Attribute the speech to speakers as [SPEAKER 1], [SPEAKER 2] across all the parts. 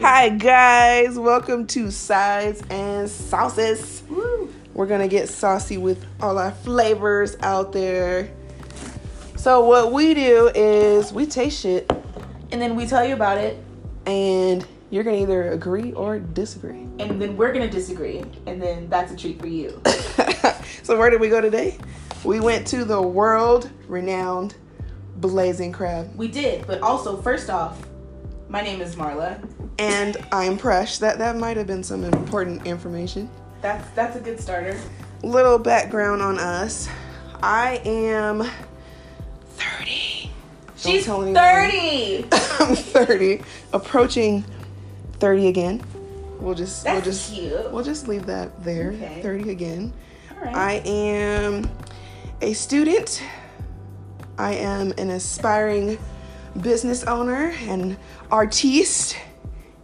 [SPEAKER 1] Hi guys, welcome to Sides and Sauces. We're gonna get saucy with all our flavors out there. So what we do is we taste shit
[SPEAKER 2] And then we tell you about it,
[SPEAKER 1] and you're gonna either agree or disagree.
[SPEAKER 2] and then we're gonna disagree, and then that's a treat for you.
[SPEAKER 1] so where did we go today? We went to the world renowned Blazing Crab.
[SPEAKER 2] We did, but also, first off, my name is Marla.
[SPEAKER 1] And I'm Presh. That that might have been some important information.
[SPEAKER 2] That's that's a good starter.
[SPEAKER 1] little background on us. I am 30. Don't
[SPEAKER 2] She's
[SPEAKER 1] tell anyone.
[SPEAKER 2] thirty.
[SPEAKER 1] I'm 30, approaching 30 again. We'll just we'll
[SPEAKER 2] That's
[SPEAKER 1] just
[SPEAKER 2] cute.
[SPEAKER 1] we'll just leave that there.
[SPEAKER 2] Okay.
[SPEAKER 1] 30 again.
[SPEAKER 2] All right.
[SPEAKER 1] I am a student. I am an aspiring business owner and artiste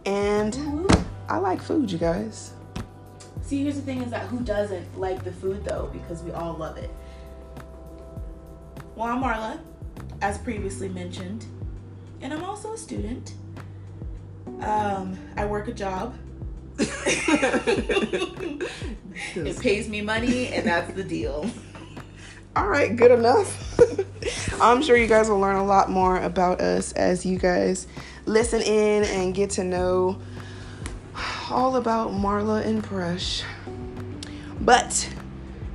[SPEAKER 1] and
[SPEAKER 2] Woo.
[SPEAKER 1] I like food, you guys.
[SPEAKER 2] See, here's the thing: is that who doesn't like the food though? Because we all love it. Well, I'm Marla, as previously mentioned, and I'm also a student. Um, I work a job. it pays me money, and that's the deal.
[SPEAKER 1] All right, good enough. I'm sure you guys will learn a lot more about us as you guys listen in and get to know all about Marla and Presh. But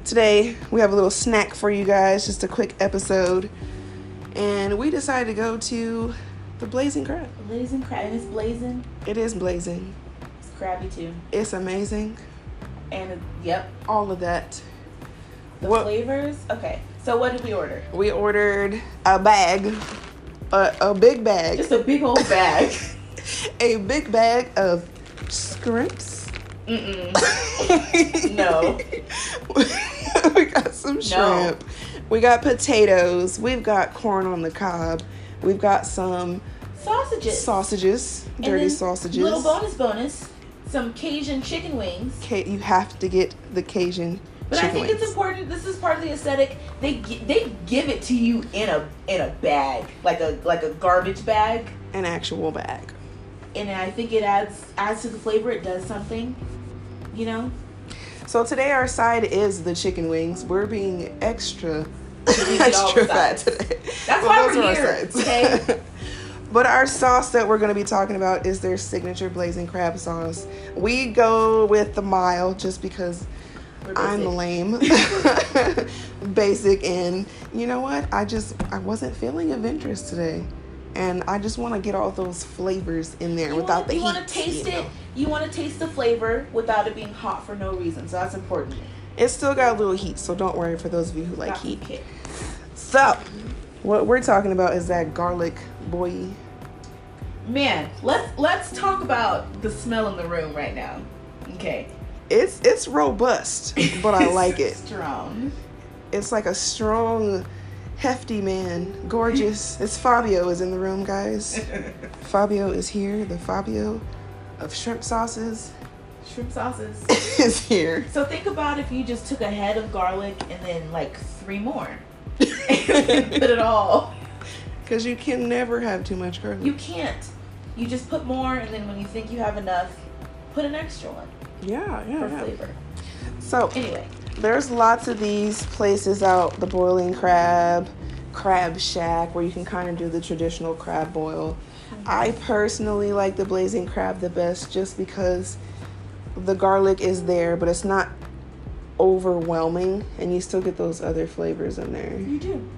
[SPEAKER 1] today we have a little snack for you guys, just a quick episode. And we decided to go to the Blazing Crab.
[SPEAKER 2] Ladies and crab, and it's blazing.
[SPEAKER 1] It is blazing,
[SPEAKER 2] It's crabby too,
[SPEAKER 1] it's amazing,
[SPEAKER 2] and it- yep,
[SPEAKER 1] all of that.
[SPEAKER 2] the
[SPEAKER 1] What-
[SPEAKER 2] flavors. Okay, so what did we order?
[SPEAKER 1] We ordered a bag, a, a big bag.
[SPEAKER 2] Just a big old bag.
[SPEAKER 1] a big bag of scrimps.
[SPEAKER 2] Mm-mm. No.
[SPEAKER 1] we got some shrimp. We got potatoes. We've got corn on the cob. We've got some
[SPEAKER 2] Sausages.
[SPEAKER 1] sausages,
[SPEAKER 2] And
[SPEAKER 1] dirty
[SPEAKER 2] then
[SPEAKER 1] sausages.
[SPEAKER 2] Little bonus, bonus. Some Cajun chicken wings.
[SPEAKER 1] Ca- you have to get the Cajun
[SPEAKER 2] But I
[SPEAKER 1] chicken
[SPEAKER 2] think
[SPEAKER 1] wings.
[SPEAKER 2] it's important. This is part of the aesthetic. They gi- they give it to you in a in a bag, like a like a garbage bag,
[SPEAKER 1] An actual bag.
[SPEAKER 2] and I think it adds adds to the flavor. It does something, you know.
[SPEAKER 1] So today our side is the chicken wings. We're being extra,
[SPEAKER 2] did all
[SPEAKER 1] extra
[SPEAKER 2] the
[SPEAKER 1] fat
[SPEAKER 2] sides.
[SPEAKER 1] today.
[SPEAKER 2] That's why we're
[SPEAKER 1] are our
[SPEAKER 2] here,
[SPEAKER 1] sides.
[SPEAKER 2] okay?
[SPEAKER 1] but our sauce that we're going to be talking about is their signature blazing crab sauce. We go with the mile just because
[SPEAKER 2] We're
[SPEAKER 1] I'm
[SPEAKER 2] basic.
[SPEAKER 1] lame, basic, and you know what? I just I wasn't feeling adventurous today, and I just want to get all those flavors in there
[SPEAKER 2] You
[SPEAKER 1] without
[SPEAKER 2] wanna,
[SPEAKER 1] the
[SPEAKER 2] you
[SPEAKER 1] heat.
[SPEAKER 2] want to taste
[SPEAKER 1] you know?
[SPEAKER 2] it. You want to taste the flavor without it being hot for no reason. So that's important.
[SPEAKER 1] It's still got a little heat, so don't worry for those of you who like
[SPEAKER 2] Not
[SPEAKER 1] heat.
[SPEAKER 2] kick.
[SPEAKER 1] So, what we're talking about is that garlic boy.
[SPEAKER 2] Man, let's let's talk about the smell in the room right now. Okay.
[SPEAKER 1] It's it's robust, but I like it.
[SPEAKER 2] Strong.
[SPEAKER 1] It's like a strong, hefty man, gorgeous. It's Fabio is in the room, guys. Fabio is here. The Fabio of shrimp sauces
[SPEAKER 2] Shrimp sauces.
[SPEAKER 1] is here.
[SPEAKER 2] So think about if you just took a head of garlic and then like three more. put
[SPEAKER 1] Because
[SPEAKER 2] it all.
[SPEAKER 1] you can never have too much garlic.
[SPEAKER 2] You can't. You just put more and then when you think you have enough, put an extra one
[SPEAKER 1] yeah,
[SPEAKER 2] for
[SPEAKER 1] yeah, yeah.
[SPEAKER 2] flavor.
[SPEAKER 1] So
[SPEAKER 2] Anyway,
[SPEAKER 1] There's lots of these places out the Boiling Crab, Crab Shack, where you can kind of do the traditional crab boil. I personally like the Blazing Crab the best just because the garlic is there, but it's not overwhelming, and you still get those other flavors in there.
[SPEAKER 2] you do.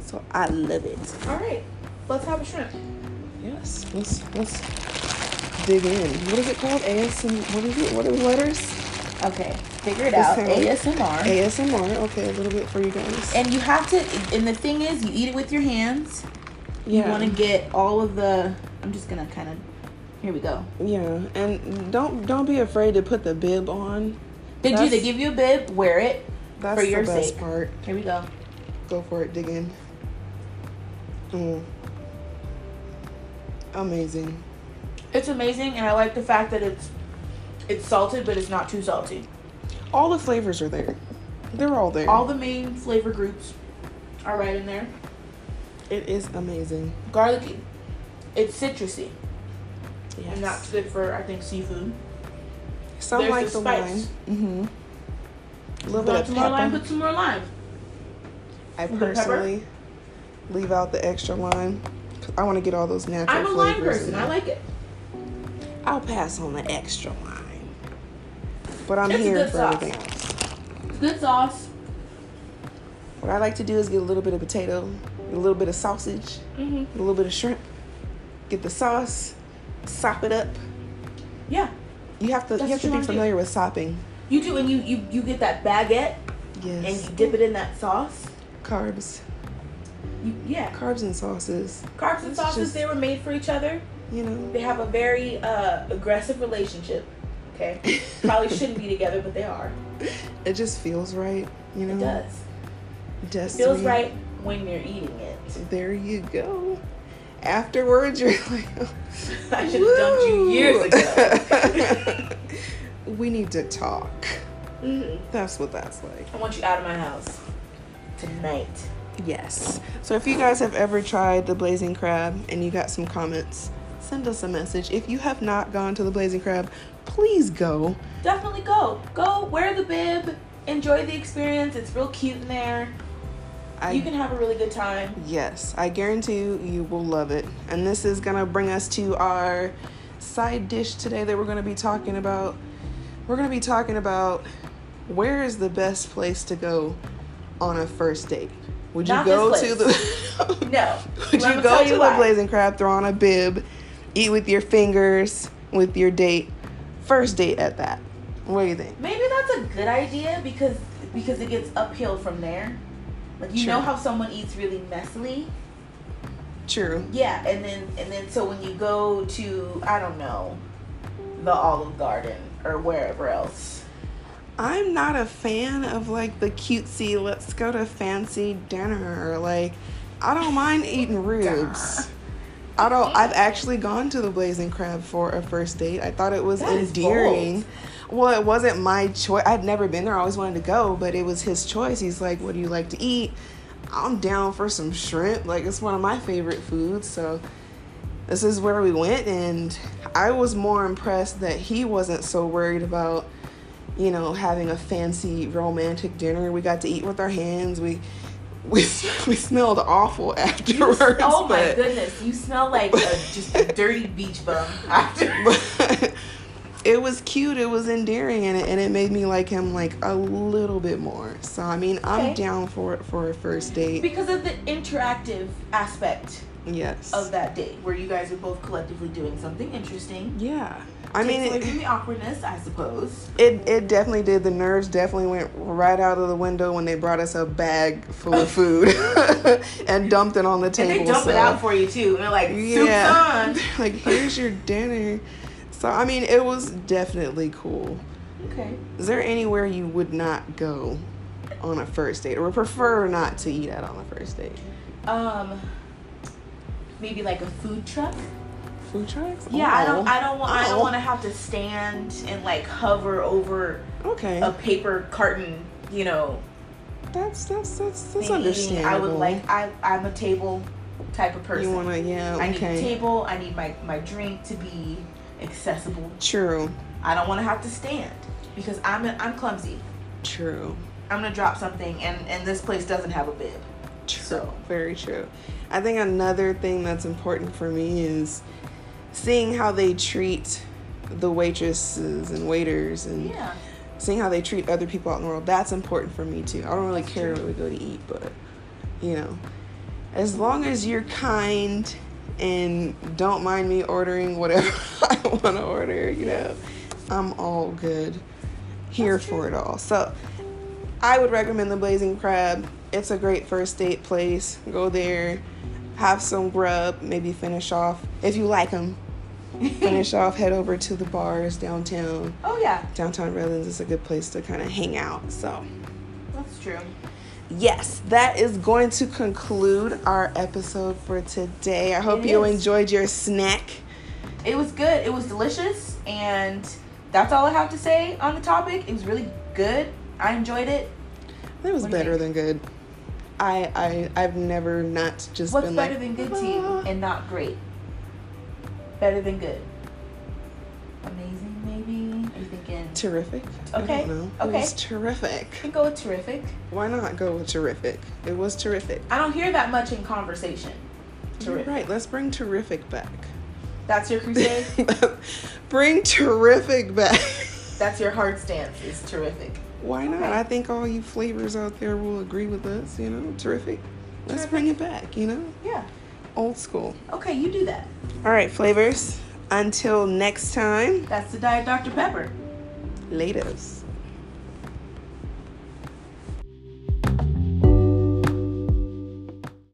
[SPEAKER 1] So I love it.
[SPEAKER 2] All right. Let's have a shrimp.
[SPEAKER 1] Yes. Let's let's dig in. What is it called? ASM. What is it? What are the letters?
[SPEAKER 2] Okay. Figure it
[SPEAKER 1] This
[SPEAKER 2] out.
[SPEAKER 1] thing.
[SPEAKER 2] ASMR.
[SPEAKER 1] ASMR. Okay, a little bit for you guys.
[SPEAKER 2] and you have to and the thing is you eat it with your hands. You want to get all of the I'm just going to kind of Here we go.
[SPEAKER 1] Yeah, and don't don't be afraid to put the bib on.
[SPEAKER 2] They do they
[SPEAKER 1] That's-
[SPEAKER 2] give you a bib, wear it.
[SPEAKER 1] That's
[SPEAKER 2] For
[SPEAKER 1] the
[SPEAKER 2] your
[SPEAKER 1] best
[SPEAKER 2] sake.
[SPEAKER 1] part.
[SPEAKER 2] Here we go.
[SPEAKER 1] Go for it, dig in. Mm. Amazing.
[SPEAKER 2] It's amazing, and I like the fact that it's it's salted, but it's not too salty.
[SPEAKER 1] All the flavors are there. They're all there.
[SPEAKER 2] All the main flavor groups are right in there.
[SPEAKER 1] it is amazing.
[SPEAKER 2] Garlicky. It's citrusy.
[SPEAKER 3] Yes.
[SPEAKER 2] and that's good for I think seafood.
[SPEAKER 1] Some
[SPEAKER 2] There's
[SPEAKER 1] like
[SPEAKER 2] the
[SPEAKER 1] the
[SPEAKER 2] spice.
[SPEAKER 1] wine. Mm-hmm. A little bit
[SPEAKER 2] Put
[SPEAKER 1] of
[SPEAKER 2] some more lime.
[SPEAKER 1] pepper.
[SPEAKER 2] Put some more lime.
[SPEAKER 1] I
[SPEAKER 2] the pepper.
[SPEAKER 1] personally leave out the extra lime. 'cause I want to get all those natural
[SPEAKER 2] I'm a
[SPEAKER 1] flavors.
[SPEAKER 2] lime person.
[SPEAKER 1] in
[SPEAKER 2] I
[SPEAKER 1] it.
[SPEAKER 2] like it.
[SPEAKER 1] I'll pass on the extra lime. But I'm
[SPEAKER 2] It's a
[SPEAKER 1] here
[SPEAKER 2] good
[SPEAKER 1] for
[SPEAKER 2] sauce.
[SPEAKER 1] everything else.
[SPEAKER 2] It's good sauce.
[SPEAKER 1] What I like to do is get a little bit of potato, a little bit of sausage,
[SPEAKER 2] Mm-hmm.
[SPEAKER 1] a little bit of shrimp, get the sauce, sop it up.
[SPEAKER 2] Yeah,
[SPEAKER 1] You have to
[SPEAKER 2] That's
[SPEAKER 1] you have
[SPEAKER 2] what
[SPEAKER 1] to
[SPEAKER 2] you
[SPEAKER 1] be
[SPEAKER 2] wanna do.
[SPEAKER 1] familiar with sopping.
[SPEAKER 3] You do, and you, you you get that baguette and
[SPEAKER 1] Yes.
[SPEAKER 3] you dip it in that sauce.
[SPEAKER 1] carbs.
[SPEAKER 3] You, yeah,
[SPEAKER 1] Carbs and sauces.
[SPEAKER 2] carbs and sauces. They were made for each other.
[SPEAKER 1] You know.
[SPEAKER 2] They have a very uh, aggressive relationship. Okay, probably shouldn't be together, but they are.
[SPEAKER 1] It just feels right, you know.
[SPEAKER 2] It does. It
[SPEAKER 1] Destiny.
[SPEAKER 2] feels right when you're eating it.
[SPEAKER 1] There you go. Afterwards, you're like, oh.
[SPEAKER 2] I should have dumped you
[SPEAKER 1] "Woo."
[SPEAKER 2] years ago.
[SPEAKER 1] we need to talk.
[SPEAKER 2] Mhm.
[SPEAKER 1] That's what that's like.
[SPEAKER 2] I want you out of my house tonight.
[SPEAKER 1] Yes. So if you guys have ever tried the Blazing Crab and you got some comments, send us a message. If you have not gone to the Blazing Crab, please go.
[SPEAKER 2] Definitely go. Go wear the bib. Enjoy the experience. It's real cute in there.
[SPEAKER 1] I
[SPEAKER 2] you can have a really good time.
[SPEAKER 1] yes, I guarantee you, you will love it. And this is gonna bring us to our side dish today that we're gonna be talking about. We're gonna be talking about where is the best place to go on a first date. Would you
[SPEAKER 2] Not
[SPEAKER 1] go
[SPEAKER 2] this
[SPEAKER 1] to the
[SPEAKER 2] No.
[SPEAKER 1] Would
[SPEAKER 2] Let
[SPEAKER 1] you
[SPEAKER 2] me
[SPEAKER 1] go
[SPEAKER 2] tell
[SPEAKER 1] to the
[SPEAKER 2] why.
[SPEAKER 1] Blazing Crab, throw on a bib, eat with your fingers with your date? First date at that. What do you think?
[SPEAKER 2] Maybe that's a good idea because because it gets uphill from there. Like you
[SPEAKER 1] True.
[SPEAKER 2] know how someone eats really messily.
[SPEAKER 1] True.
[SPEAKER 2] Yeah, and then and then so when you go to I don't know, the Olive Garden or wherever else.
[SPEAKER 1] I'm not a fan of like the cutesy, let's go to fancy dinner. Like, I don't mind eating ribs. I don't, I've actually gone to the Blazing Crab for a first date. I thought it was
[SPEAKER 2] That is
[SPEAKER 1] endearing. Well, it wasn't my choice. I'd never been there. I always wanted to go, but it was his choice. He's like, What do you like to eat? I'm down for some shrimp. Like, it's one of my favorite foods. So, this is where we went and i was more impressed that he wasn't so worried about you know having a fancy romantic dinner we got to eat with our hands we we, we smelled awful afterwards
[SPEAKER 2] oh my
[SPEAKER 1] but,
[SPEAKER 2] goodness, you smell like a, just a dirty beach bum after.
[SPEAKER 1] but it was cute it was endearing and it, and it made me like him like a little bit more so i mean i'm
[SPEAKER 2] Okay.
[SPEAKER 1] down for it for a first date
[SPEAKER 2] Because of the interactive aspect
[SPEAKER 1] yes
[SPEAKER 2] of that date, where you guys are both collectively doing something interesting.
[SPEAKER 1] yeah i mean
[SPEAKER 2] Takes
[SPEAKER 1] it,
[SPEAKER 2] away from the awkwardness, I suppose.
[SPEAKER 1] It it definitely did. The nerves definitely went right out of the window when they brought us a bag full of food and dumped it on the
[SPEAKER 2] And
[SPEAKER 1] table.
[SPEAKER 2] they dump it
[SPEAKER 1] so-
[SPEAKER 2] out for you too. And they're like, soup's
[SPEAKER 1] yeah,
[SPEAKER 2] on.
[SPEAKER 1] like here's your dinner. So I mean, it was definitely cool.
[SPEAKER 2] Okay.
[SPEAKER 1] Is there anywhere you would not go on a first date, or prefer not to eat at on a first date?
[SPEAKER 2] Um, maybe like a food truck.
[SPEAKER 1] Food trucks?
[SPEAKER 2] Yeah, I don't.
[SPEAKER 1] Oh.
[SPEAKER 2] I don't want. I
[SPEAKER 1] Oh.
[SPEAKER 2] don't want to have to stand and like hover over
[SPEAKER 1] Oh, okay,
[SPEAKER 2] a paper carton. You know,
[SPEAKER 1] that's that's that's
[SPEAKER 2] thing
[SPEAKER 1] that's
[SPEAKER 2] eating.
[SPEAKER 1] understandable.
[SPEAKER 2] I would like. I I'm a table type of person.
[SPEAKER 1] You wanna? Yeah.
[SPEAKER 2] I need a
[SPEAKER 1] okay.
[SPEAKER 2] table. I need my my drink to be accessible.
[SPEAKER 1] True.
[SPEAKER 2] I don't want to have to stand because I'm a, I'm clumsy.
[SPEAKER 1] True.
[SPEAKER 2] I'm gonna drop something, and and this place doesn't have a bib.
[SPEAKER 1] True.
[SPEAKER 2] So-
[SPEAKER 1] Very true. I think another thing that's important for me is seeing how they treat the waitresses and waiters and
[SPEAKER 2] Yeah.
[SPEAKER 1] seeing how they treat other people out in the world. That's important for me too. I don't really care where we go to eat, but you know, as long as you're kind and don't mind me ordering whatever I want to order, you know, I'm all good here
[SPEAKER 2] That's
[SPEAKER 1] for it all. So I would recommend the Blazing Crab. It's a great first date place. Go there, have some grub, maybe finish off if you like them. finish off, head over to the bars downtown
[SPEAKER 2] Oh yeah,
[SPEAKER 1] downtown Redlands is a good place to kind of hang out. So,
[SPEAKER 2] that's true.
[SPEAKER 1] yes, that is going to conclude our episode for today. I hope
[SPEAKER 2] It
[SPEAKER 1] you
[SPEAKER 2] is.
[SPEAKER 1] enjoyed your snack.
[SPEAKER 2] It was good. It was delicious, and that's all I have to say on the topic. It was really good. I enjoyed it.
[SPEAKER 1] That was
[SPEAKER 2] What do you
[SPEAKER 1] better
[SPEAKER 2] think?
[SPEAKER 1] than good. I I I've never not just
[SPEAKER 2] What's
[SPEAKER 1] been
[SPEAKER 2] better
[SPEAKER 1] like
[SPEAKER 2] than good to you
[SPEAKER 1] "Ah."
[SPEAKER 2] and not great? Better than good. amazing, maybe? Are you thinking?
[SPEAKER 1] Terrific. I
[SPEAKER 2] Okay,
[SPEAKER 1] don't know. It was terrific.
[SPEAKER 2] I can go with terrific.
[SPEAKER 1] Why not go with terrific? It was terrific.
[SPEAKER 2] I don't hear that much in conversation.
[SPEAKER 1] You're
[SPEAKER 2] Terrific.
[SPEAKER 1] right. Let's bring terrific back. Mm-hmm.
[SPEAKER 2] That's your crusade.
[SPEAKER 1] bring terrific back.
[SPEAKER 2] That's your hard stance. Is terrific.
[SPEAKER 1] Why not?
[SPEAKER 2] Okay.
[SPEAKER 1] I think all you flavors out there will agree with us. You know, terrific. Let's
[SPEAKER 2] Terrific.
[SPEAKER 1] bring it back. You know,
[SPEAKER 2] Yeah.
[SPEAKER 1] old school.
[SPEAKER 2] Okay, you do that.
[SPEAKER 1] All right, flavors. Until next time,
[SPEAKER 2] That's the diet Dr Pepper.
[SPEAKER 1] latest.